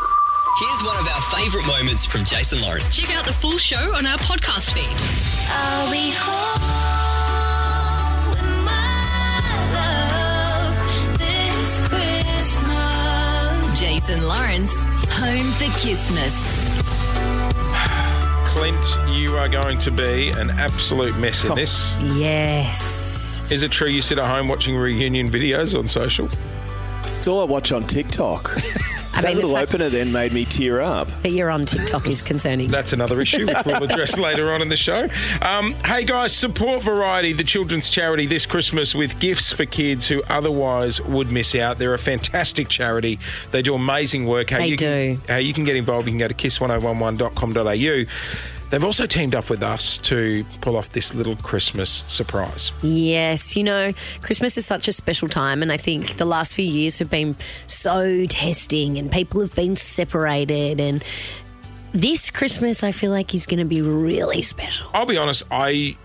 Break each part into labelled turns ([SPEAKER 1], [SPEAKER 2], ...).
[SPEAKER 1] Here's one of our favourite moments from Jason Lauren.
[SPEAKER 2] Check out the full show on our podcast feed.
[SPEAKER 3] I'll be home with my love this Christmas.
[SPEAKER 2] Jason Lawrence, home for Christmas.
[SPEAKER 4] Clint, you are going to be an absolute mess
[SPEAKER 5] Oh.
[SPEAKER 4] in this.
[SPEAKER 5] Yes.
[SPEAKER 4] Is it true you sit at home watching reunion videos on social?
[SPEAKER 6] It's all I watch on TikTok.
[SPEAKER 5] I
[SPEAKER 6] that
[SPEAKER 5] mean, the
[SPEAKER 6] little
[SPEAKER 5] fact
[SPEAKER 6] opener then made me tear up.
[SPEAKER 5] that you're on TikTok is concerning.
[SPEAKER 4] That's another issue which we'll address later on in the show. Um, hey guys, support Variety, the children's charity, this Christmas with gifts for kids who otherwise would miss out. They're a fantastic charity. They do amazing work. How
[SPEAKER 5] They
[SPEAKER 4] you
[SPEAKER 5] do.
[SPEAKER 4] Can, how you can get involved, you can go to kiss1011.com.au. They've also teamed up with us to pull off this little Christmas surprise.
[SPEAKER 5] Yes, you know, Christmas is such a special time, and I think the last few years have been so testing, and people have been separated. And this Christmas, I feel like is going to be really special.
[SPEAKER 4] I'll be honest, I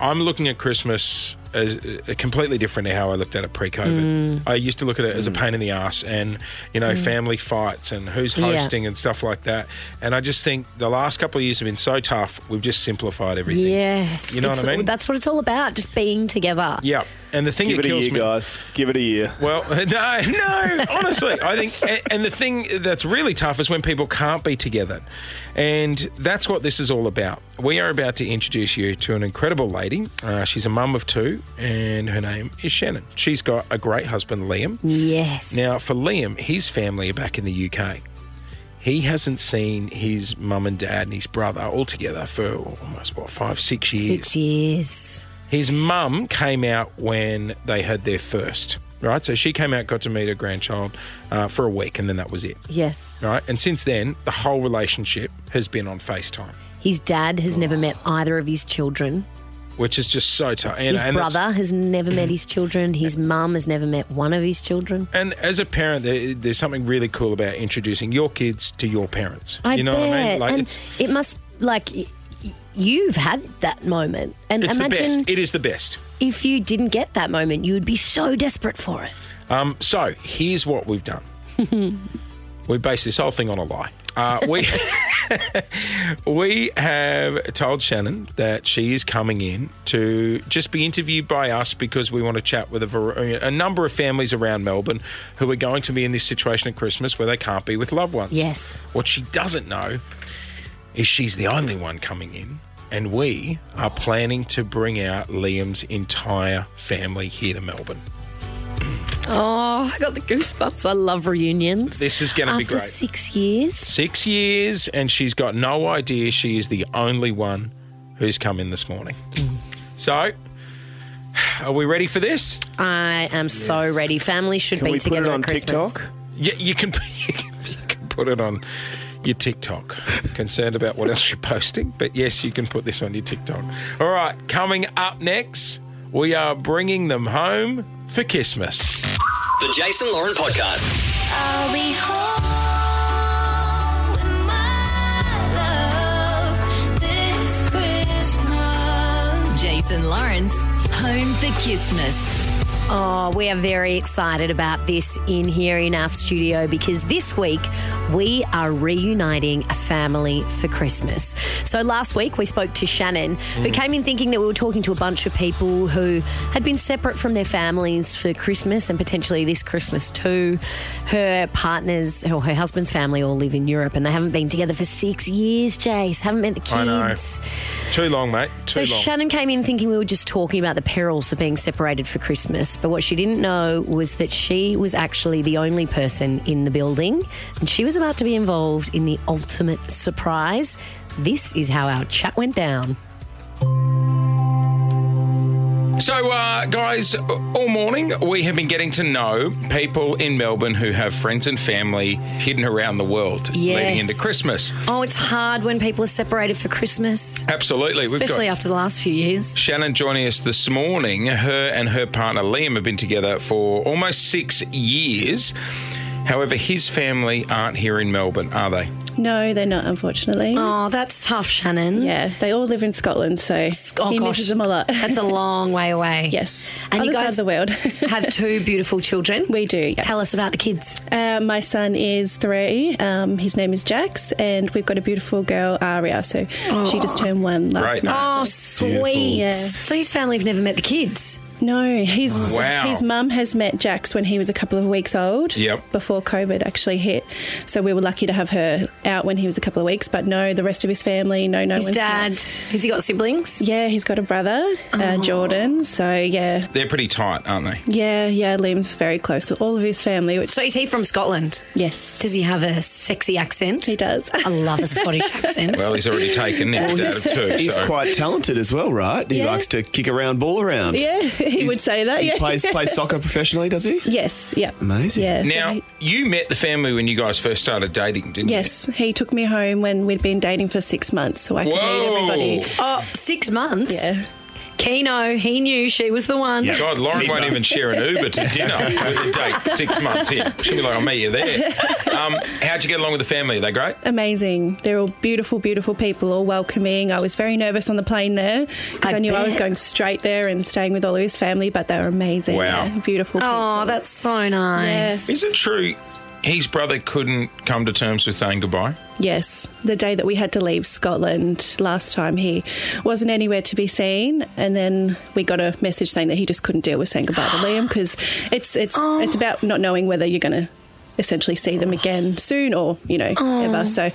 [SPEAKER 4] I'm looking at Christmas as uh, completely different to how I looked at it
[SPEAKER 5] Mm.
[SPEAKER 4] pre-COVID. I used to look at it as a pain in the ass, and you know, family fights and who's
[SPEAKER 5] Yeah.
[SPEAKER 4] hosting and stuff like that. And I just think the last couple of years have been so tough. We've just simplified everything.
[SPEAKER 5] Yes,
[SPEAKER 4] You know what I
[SPEAKER 5] it's-
[SPEAKER 4] mean?
[SPEAKER 5] That's what it's all about, just being together.
[SPEAKER 4] Yeah. And the thing
[SPEAKER 6] Give
[SPEAKER 4] that
[SPEAKER 6] it a
[SPEAKER 4] kills
[SPEAKER 6] year,
[SPEAKER 4] me,
[SPEAKER 6] guys. Give it a year.
[SPEAKER 4] Well, no, no. Honestly, I think, and- and the thing that's really tough is when people can't be together, and that's what this is all about. We are about to introduce you to an incredible lady. Uh, she's a mum of two, and her name is Shannon. She's got a great husband, Liam.
[SPEAKER 5] Yes.
[SPEAKER 4] Now, for Liam, his family are back in the UK. He hasn't seen his mum and dad and his brother all together for almost what five, six years.
[SPEAKER 5] six years.
[SPEAKER 4] His mum came out when they had their first, right? So she came out, got to meet her grandchild uh, for a week, and then that was it,
[SPEAKER 5] Yes.
[SPEAKER 4] right? And since then, the whole relationship has been on FaceTime,
[SPEAKER 5] His dad has
[SPEAKER 4] Oh.
[SPEAKER 5] never met either of his children.
[SPEAKER 4] which is just so tough. And,
[SPEAKER 5] His
[SPEAKER 4] and that's-
[SPEAKER 5] brother has never met his children. His mum has never met one of his children.
[SPEAKER 4] And as a parent, there, there's something really cool about introducing your kids to your parents.
[SPEAKER 5] I
[SPEAKER 4] you know
[SPEAKER 5] bet.
[SPEAKER 4] what I mean? Like,
[SPEAKER 5] and
[SPEAKER 4] it's,
[SPEAKER 5] it must like y- y- you've had that moment, and
[SPEAKER 4] it's the
[SPEAKER 5] imagine
[SPEAKER 4] best. It is the best.
[SPEAKER 5] if you didn't get that moment, you would be so desperate for it.
[SPEAKER 4] Um, so here's what we've done. we base this whole thing on a lie. Uh, we we have told Shannon that she is coming in to just be interviewed by us because we want to chat with a, var- a number of families around Melbourne who are going to be in this situation at Christmas where they can't be with loved ones.
[SPEAKER 5] Yes.
[SPEAKER 4] What she doesn't know is she's the only one coming in. And we are planning to bring out Liam's entire family here to Melbourne.
[SPEAKER 5] Oh, I got the goosebumps. I love reunions.
[SPEAKER 4] This is gonna be
[SPEAKER 5] After
[SPEAKER 4] great.
[SPEAKER 5] six years.
[SPEAKER 4] six years, and she's got no idea she is the only one who's come in this morning. so, are we ready for this?
[SPEAKER 5] I am so ready. Families should
[SPEAKER 6] Can
[SPEAKER 5] be
[SPEAKER 6] we put
[SPEAKER 5] together
[SPEAKER 6] it on
[SPEAKER 5] at Christmas.
[SPEAKER 6] TikTok?
[SPEAKER 4] Yeah, you can, you can you can put it on your TikTok. Concerned about what else you're posting, but yes, you can put this on your TikTok. All right, coming up next, we are bringing them home for Christmas.
[SPEAKER 1] The Jason Lauren Podcast.
[SPEAKER 3] I'll be home with my love this Christmas.
[SPEAKER 2] Jason Lawrence, home for Christmas.
[SPEAKER 5] Oh, we are very excited about this in here in our studio because this week we are reuniting a family for Christmas. So last week we spoke to Shannon,
[SPEAKER 4] Mm.
[SPEAKER 5] who came in thinking that we were talking to a bunch of people who had been separate from their families for Christmas and potentially this Christmas too. Her partners or her husband's family all live in Europe and they haven't been together for six years, Jace. Haven't met the kids.
[SPEAKER 4] I know. Too long, mate.
[SPEAKER 5] So
[SPEAKER 4] Too long.
[SPEAKER 5] Shannon came in thinking we were just talking about the perils of being separated for Christmas, but what she didn't know was that she was actually the only person in the building, and she was about to be involved in the ultimate surprise. This is how our chat went down.
[SPEAKER 4] So, uh, guys, all morning we have been getting to know people in Melbourne who have friends and family hidden around the world
[SPEAKER 5] Yes.
[SPEAKER 4] leading into Christmas.
[SPEAKER 5] Oh, it's hard when people are separated for Christmas,
[SPEAKER 4] Absolutely.
[SPEAKER 5] especially
[SPEAKER 4] We've got
[SPEAKER 5] after the last few years.
[SPEAKER 4] Shannon joining us this morning. Her and her partner Liam have been together for almost six years. However, his family aren't here in Melbourne, are they?
[SPEAKER 7] No, they're not, unfortunately.
[SPEAKER 5] Oh, that's tough, Shannon.
[SPEAKER 7] Yeah, they all live in Scotland, so
[SPEAKER 5] Oh,
[SPEAKER 7] he
[SPEAKER 5] gosh.
[SPEAKER 7] misses them a lot.
[SPEAKER 5] That's a long way away.
[SPEAKER 7] yes.
[SPEAKER 5] And
[SPEAKER 7] Other
[SPEAKER 5] you
[SPEAKER 7] side
[SPEAKER 5] guys
[SPEAKER 7] of the world.
[SPEAKER 5] have two beautiful children.
[SPEAKER 7] we do. Yes.
[SPEAKER 5] Tell us about the kids.
[SPEAKER 7] Uh, my son is three. Um, his name is Jax, and we've got a beautiful girl, Aria. So she just turned one last
[SPEAKER 4] Great
[SPEAKER 7] month.
[SPEAKER 4] name.
[SPEAKER 5] Oh, sweet.
[SPEAKER 7] Yeah.
[SPEAKER 5] So his family have never met the kids.
[SPEAKER 7] No, his
[SPEAKER 4] Wow.
[SPEAKER 7] his mum has met Jax when he was a couple of weeks old.
[SPEAKER 4] Yep.
[SPEAKER 7] Before COVID actually hit, so we were lucky to have her out when he was a couple of weeks. But no, the rest of his family, no, no
[SPEAKER 5] His
[SPEAKER 7] one's
[SPEAKER 5] dad,
[SPEAKER 7] met.
[SPEAKER 5] has he got siblings?
[SPEAKER 7] Yeah, he's got a brother, uh, Jordan. So yeah,
[SPEAKER 4] They're pretty tight, aren't they?
[SPEAKER 7] yeah, yeah. Liam's very close to all of his family. Which
[SPEAKER 5] So is he from Scotland?
[SPEAKER 7] yes,
[SPEAKER 5] Does he have a sexy accent?
[SPEAKER 7] he does.
[SPEAKER 5] I love a Scottish accent.
[SPEAKER 4] Well, he's already taken Nick out of two.
[SPEAKER 8] He's
[SPEAKER 4] so-
[SPEAKER 8] quite talented as well, right? He
[SPEAKER 7] Yeah.
[SPEAKER 8] likes to kick around, ball around.
[SPEAKER 7] yeah, he would say that.
[SPEAKER 8] He
[SPEAKER 7] Yeah.
[SPEAKER 8] plays plays soccer professionally, does he?
[SPEAKER 7] yes. Yeah.
[SPEAKER 8] Amazing.
[SPEAKER 7] Yeah. so
[SPEAKER 4] Now,
[SPEAKER 7] he-
[SPEAKER 4] you met the family when you guys first started dating, didn't
[SPEAKER 7] Yes, he took me home when we'd been dating for six months, so I
[SPEAKER 4] you?
[SPEAKER 7] could meet
[SPEAKER 4] Whoa.
[SPEAKER 7] everybody.
[SPEAKER 5] Oh, six months?
[SPEAKER 7] Yeah.
[SPEAKER 5] Keno, he knew she was the one.
[SPEAKER 8] Yeah.
[SPEAKER 4] God, Lauren won't even share an Uber to dinner with a date six months in. She'll be like, I'll meet you there. Um, how'd you get along with the family? Are they great?
[SPEAKER 7] amazing. They're all beautiful, beautiful people, all welcoming. I was very nervous on the plane there because
[SPEAKER 5] I
[SPEAKER 7] I, knew I was
[SPEAKER 5] bet.
[SPEAKER 7] going straight there and staying with all of his family, but they were amazing.
[SPEAKER 4] Wow.
[SPEAKER 7] Yeah, beautiful.
[SPEAKER 5] Oh,
[SPEAKER 7] people.
[SPEAKER 5] that's so nice.
[SPEAKER 4] Is it true his brother couldn't come to terms with saying goodbye?
[SPEAKER 7] Yes, the day that we had to leave Scotland last time, he wasn't anywhere to be seen, and then we got a message saying that he just couldn't deal with saying goodbye to Liam because it's it's it's about not knowing whether you're going to essentially see them again soon or you know ever. So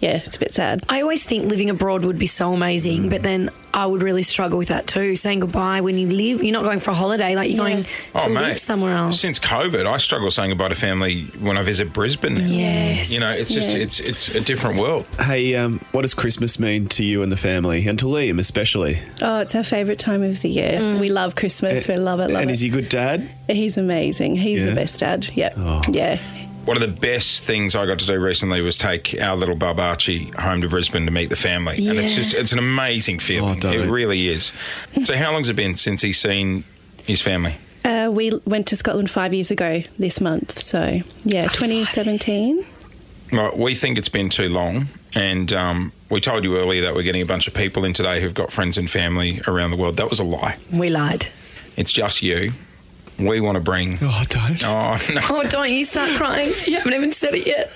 [SPEAKER 7] yeah, it's a bit sad.
[SPEAKER 5] I always think living abroad would be so
[SPEAKER 4] Mm.
[SPEAKER 5] amazing, but then I would really struggle with that too. Saying goodbye when you live, you're not going for a holiday, like you're going to
[SPEAKER 4] Oh,
[SPEAKER 5] live
[SPEAKER 4] mate.
[SPEAKER 5] somewhere else.
[SPEAKER 4] Since COVID, I struggle saying goodbye to family when I visit Brisbane. now.
[SPEAKER 5] yes.
[SPEAKER 4] You know, it's just,
[SPEAKER 7] Yeah.
[SPEAKER 4] it's it's a different world.
[SPEAKER 8] Hey, um, what does Christmas mean to you and the family, and to Liam especially?
[SPEAKER 7] Oh, it's our favourite time of the year. We love Christmas. we love it. Love
[SPEAKER 8] Eh, and
[SPEAKER 7] it.
[SPEAKER 8] is he a good dad?
[SPEAKER 7] He's amazing. He's
[SPEAKER 8] Yeah. Oh.
[SPEAKER 7] the best dad. Yep. Yeah.
[SPEAKER 4] One of the best things I got to do recently was take our little bub Archie home to Brisbane to meet the family. And it's
[SPEAKER 5] Yeah.
[SPEAKER 4] just, it's an amazing feeling.
[SPEAKER 8] Oh,
[SPEAKER 4] it
[SPEAKER 8] don't.
[SPEAKER 4] really is. So, how long's it been since he's seen his family?
[SPEAKER 7] Uh, we went to Scotland five years ago this month. So, yeah, 2017.
[SPEAKER 4] Right, we think it's been too long, and um, we told you earlier that we're getting a bunch of people in today who've got friends and family around the world. That was a lie.
[SPEAKER 5] we lied.
[SPEAKER 4] It's just you. We want to bring.
[SPEAKER 8] Oh, don't.
[SPEAKER 4] Oh no!
[SPEAKER 5] Oh, don't you start crying. You haven't even said it yet.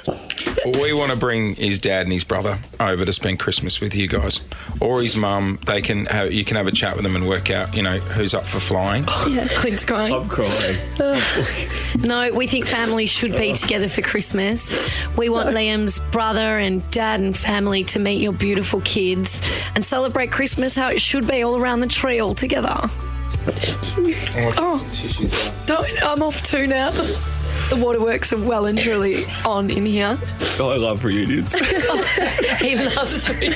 [SPEAKER 4] We want to bring his dad and his brother over to spend Christmas with you guys, or his mum. They can have, you can have a chat with them and work out, you know, who's up for flying.
[SPEAKER 5] Clint's crying.
[SPEAKER 8] I'm crying.
[SPEAKER 5] No, we think families should be together for Christmas. We want Liam's brother and dad and family to meet your beautiful kids and celebrate Christmas how it should be all around the tree all together. Oh. Don't, I'm off too now. The waterworks are well and truly on in here.
[SPEAKER 8] Oh, I love reunions.
[SPEAKER 5] He loves me.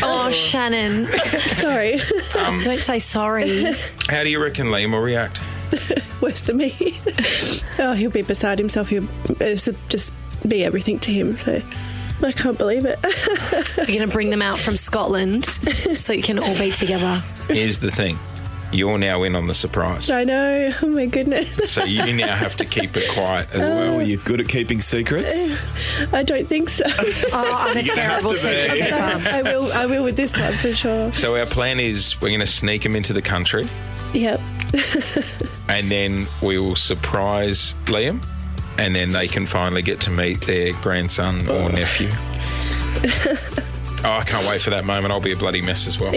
[SPEAKER 5] oh, Shannon,
[SPEAKER 7] Sorry.
[SPEAKER 5] don't say sorry.
[SPEAKER 4] How do you reckon Liam will react?
[SPEAKER 7] Worse than me. oh, he'll be beside himself. He'll this will just be everything to him. So, I can't believe it.
[SPEAKER 5] We're going to bring them out from Scotland so you can all be together.
[SPEAKER 4] Here's the thing: you're now in on the surprise,
[SPEAKER 7] I know. Oh, my goodness.
[SPEAKER 4] so you now have to keep it quiet as well.
[SPEAKER 8] Well, you're good at keeping secrets.
[SPEAKER 7] I don't think so.
[SPEAKER 5] Oh, I'm a
[SPEAKER 8] to
[SPEAKER 5] terrible
[SPEAKER 8] be.
[SPEAKER 5] secret keeper.
[SPEAKER 7] I will. I will with this one for sure.
[SPEAKER 4] So our plan is we're going to sneak him into the country,
[SPEAKER 7] Yep.
[SPEAKER 4] and then we will surprise Liam, and then they can finally get to meet their grandson or nephew. oh, I can't wait for that moment. I'll be a bloody mess as well.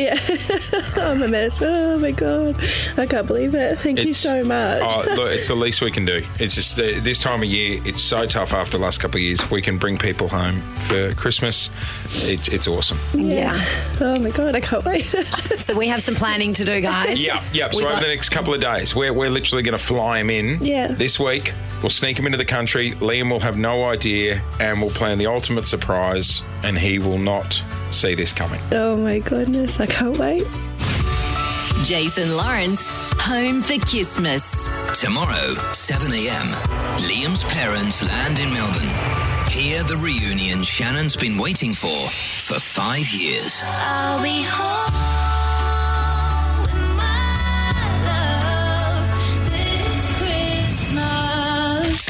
[SPEAKER 7] I'm a mess. Oh my god. I can't believe it. Thank you
[SPEAKER 4] It's-
[SPEAKER 7] so much.
[SPEAKER 4] Oh, look, it's the least we can do. It's just uh, this time of year, it's so tough after the last couple of years. We can bring people home for Christmas. It's, it's awesome.
[SPEAKER 5] Yeah.
[SPEAKER 7] oh my god. I can't wait.
[SPEAKER 5] So we have some planning to do, guys.
[SPEAKER 4] Yeah, yeah. So
[SPEAKER 5] We'd
[SPEAKER 4] over
[SPEAKER 5] like-
[SPEAKER 4] the next couple of days, we're, we're literally going to fly him in.
[SPEAKER 7] Yeah.
[SPEAKER 4] This week, we'll sneak him into the country. Liam will have no idea, and we'll plan the ultimate surprise, and he will not see this coming.
[SPEAKER 7] oh my goodness. I can't wait.
[SPEAKER 2] Jason Lawrence, home for Christmas.
[SPEAKER 1] Tomorrow, 7 a.m., Liam's parents land in Melbourne. Hear the reunion Shannon's been waiting for for five years.
[SPEAKER 3] I'll be home with my love this Christmas.